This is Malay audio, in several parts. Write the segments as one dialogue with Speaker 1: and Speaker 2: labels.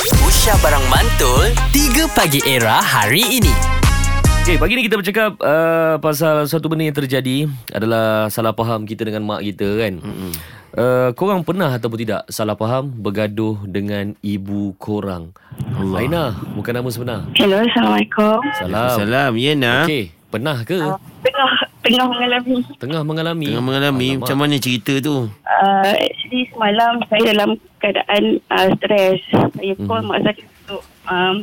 Speaker 1: Aisyah Barang Mantul 3 Pagi Era hari ini
Speaker 2: Okay, pagi ni kita bercakap uh, pasal satu benda yang terjadi adalah salah faham kita dengan mak kita kan. Mm-hmm. Uh, korang pernah ataupun tidak salah faham bergaduh dengan ibu korang? Allah. Aina, bukan nama sebenar.
Speaker 3: Hello, Assalamualaikum.
Speaker 2: Salam.
Speaker 4: Salam Ya nak okay.
Speaker 2: Okey, pernah ke?
Speaker 3: Uh, tengah tengah mengalami
Speaker 2: Tengah mengalami.
Speaker 4: Tengah mengalami Alamak. Macam mana cerita tu
Speaker 3: uh, actually semalam saya dalam keadaan uh, stres. Saya call mak saya untuk um,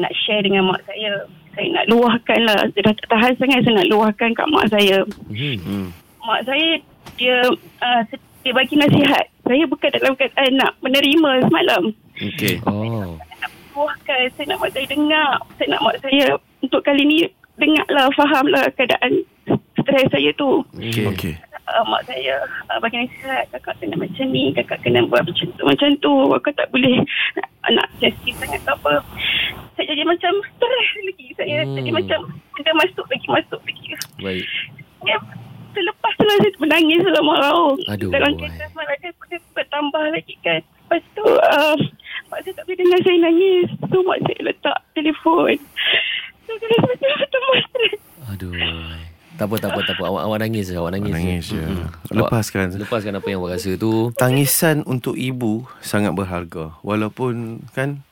Speaker 3: nak share dengan mak saya. Saya nak luahkan lah. Saya dah tak tahan sangat saya nak luahkan kat mak saya.
Speaker 2: Hmm.
Speaker 3: Mak saya dia uh, dia bagi nasihat. Saya bukan dalam keadaan nak menerima semalam.
Speaker 4: Okey
Speaker 2: Oh.
Speaker 3: Luahkan. Saya nak mak saya dengar. Saya nak mak saya untuk kali ni dengarlah, fahamlah lah keadaan stres saya tu.
Speaker 4: Okey okay.
Speaker 3: uh, mak saya uh, bagi nasihat kakak kena macam ni kakak kena buat macam tu macam tu kakak tak boleh nak, nak sensitif sangat ke apa saya jadi macam stres lagi saya
Speaker 2: Hmm.
Speaker 3: hmm. jadi macam benda masuk lagi masuk lagi
Speaker 2: Baik.
Speaker 3: saya selepas tu lah saya menangis selama raung
Speaker 2: Aduh,
Speaker 3: dalam
Speaker 2: wai.
Speaker 3: kereta semalam dia dia bertambah lagi kan lepas tu uh, mak saya tak boleh dengar saya nangis tu mak saya letak telefon tu dia macam tambah stres
Speaker 2: Aduh. Tak apa, tak apa, tak apa. Awak, awak nangis je. Awak nangis,
Speaker 4: Nangis je
Speaker 2: Mm-mm.
Speaker 4: Lepaskan.
Speaker 2: Awak- Lepaskan apa yang awak rasa tu.
Speaker 4: Tangisan untuk ibu Sangat berharga Walaupun kan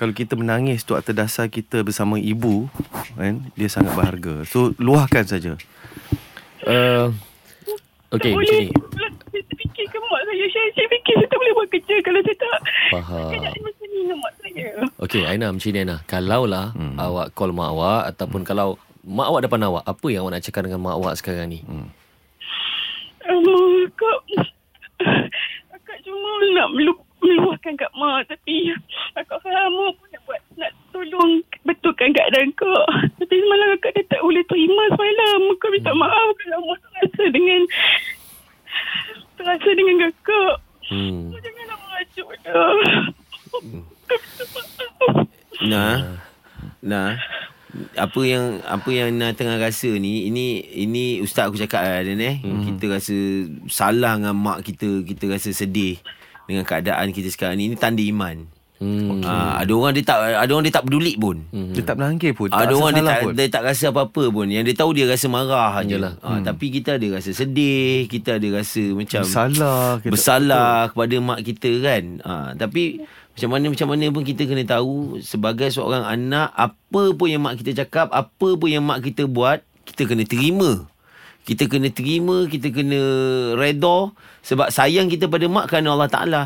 Speaker 4: Kalau kita menangis tu Atas dasar kita bersama ibu kan, Dia sangat berharga So luahkan saja
Speaker 2: Uh, Okey,
Speaker 3: tak
Speaker 2: macam
Speaker 3: boleh
Speaker 2: ni.
Speaker 3: pula saya terfikir ke mak saya saya, saya fikir saya tak boleh buat kerja kalau saya tak
Speaker 2: Faham.
Speaker 3: keadaan macam ni dengan mak saya
Speaker 2: Okey,
Speaker 5: Ah.
Speaker 2: Aina macam ni Aina. Kalaulah hmm. awak call mak awak ataupun hmm. kalau mak awak depan awak, apa yang awak nak cakap dengan mak awak sekarang ni? Hmm.
Speaker 3: um, kak akak cuma nak melu- meluahkan kat mak tapi akak faham mak pun nak buat nak tolong betulkan keadaan kak tapi semalam akak dah tak boleh terima semalam akak
Speaker 2: Hmm.
Speaker 3: minta maaf kalau mak terasa dengan terasa dengan kakak
Speaker 2: hmm.
Speaker 3: Mak janganlah lah. merajuk dah Kak minta maaf
Speaker 5: Nah.
Speaker 4: Hmm.
Speaker 5: Nah. Apa yang apa yang Nah tengah rasa ni ini ini ustaz aku cakap lah Dan eh hmm. kita rasa salah dengan mak kita kita rasa sedih dengan keadaan kita sekarang ni ini tanda iman.
Speaker 2: Hmm.
Speaker 5: Okay. Ha, ada orang dia tak ada orang dia tak peduli pun. Hmm.
Speaker 4: Dia tak menangis pun
Speaker 5: Ada
Speaker 4: rasa
Speaker 5: orang dia
Speaker 4: salah
Speaker 5: tak, dia tak rasa apa-apa pun. Yang dia tahu dia rasa marah aje.
Speaker 2: Yalah.
Speaker 5: Ha,
Speaker 4: Hmm.
Speaker 5: tapi kita ada rasa sedih, kita ada rasa macam
Speaker 4: Bersalah kita-
Speaker 5: bersalah kepada mak kita kan. Ha, tapi macam mana macam mana pun kita kena tahu sebagai seorang anak apa pun yang mak kita cakap, apa pun yang mak kita buat, kita kena terima. Kita kena terima, kita kena redha sebab sayang kita pada mak kerana Allah Taala.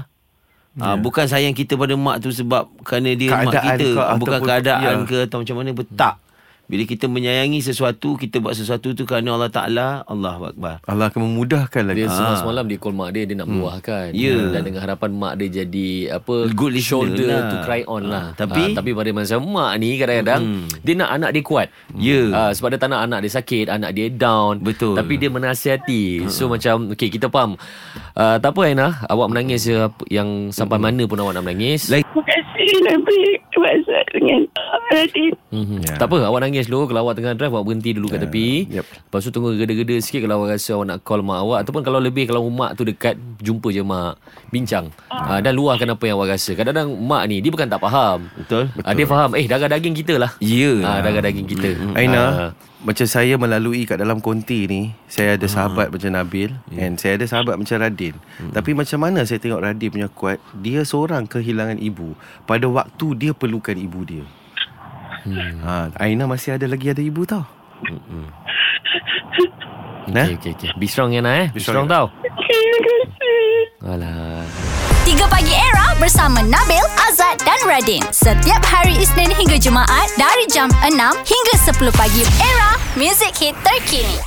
Speaker 5: Ha, bukan sayang kita pada mak tu sebab kerana dia mak
Speaker 4: Ya. Keadaan
Speaker 5: kita,
Speaker 4: ke
Speaker 5: bukan
Speaker 4: ataupun-
Speaker 5: keadaan
Speaker 4: ya.
Speaker 5: ke atau macam mana pun tak. Bila kita menyayangi sesuatu, kita buat sesuatu tu kerana Allah Taala, Allah Akbar.
Speaker 4: Allah akan memudahkan lagi
Speaker 2: Dia semalam semalam dia call mak dia dia nak meluahkan.
Speaker 5: Ah. Ya.
Speaker 2: Dan dengan harapan mak dia jadi apa
Speaker 5: Good listener
Speaker 2: shoulder
Speaker 5: lah.
Speaker 2: to cry on
Speaker 5: Ah,
Speaker 2: lah.
Speaker 5: tapi- Hmm.
Speaker 2: Ah, tapi pada masa mak ni kadang-kadang dia nak anak dia kuat.
Speaker 5: Ya.
Speaker 2: Ah, sebab dia tak nak anak dia sakit, anak dia down.
Speaker 5: Betul. Hmm.
Speaker 2: Tapi dia menasihati. So macam okey kita faham. Ah, tak apa Aina, awak menangis je apa- yang sampai
Speaker 5: Hmm.
Speaker 2: mana pun awak nak menangis.
Speaker 5: Lagi-
Speaker 3: Terima kasih Nabi Masa dengan Radit
Speaker 2: Mm-hmm.
Speaker 4: Ya.
Speaker 2: Yeah. Tak apa, awak nangis dulu. Kalau awak tengah drive, awak berhenti dulu kat tepi.
Speaker 4: yep.
Speaker 2: Lepas tu tunggu geda-geda sikit kalau awak rasa awak nak call mak awak. Ataupun kalau lebih, kalau mak tu dekat, jumpa je mak. Bincang. Uh,
Speaker 3: Ah.
Speaker 2: dan luahkan apa yang awak rasa. Kadang-kadang mak ni, dia bukan tak faham.
Speaker 5: Betul?
Speaker 2: Uh, dia faham, eh darah daging kita lah.
Speaker 5: Ya.
Speaker 2: Ah, darah daging kita.
Speaker 4: Mm-hmm.
Speaker 2: Ah,
Speaker 4: Aina Macam saya melalui kat dalam konti ni Saya ada sahabat macam Nabil yeah. And saya ada sahabat macam Radin Tapi macam mana saya tengok Radin punya kuat Dia seorang kehilangan ibu Pada waktu dia perlukan ibu dia ha, Aina masih ada lagi ada ibu tau
Speaker 2: okay, okay, okay. Be strong Aina eh. Be strong, tau.
Speaker 3: Terima kasih
Speaker 2: Alah.
Speaker 6: 3 Pagi Era bersama Nabil, Azad dan Radin. Setiap hari Isnin hingga Jumaat dari jam 6 hingga 10 pagi. Era, music hit terkini.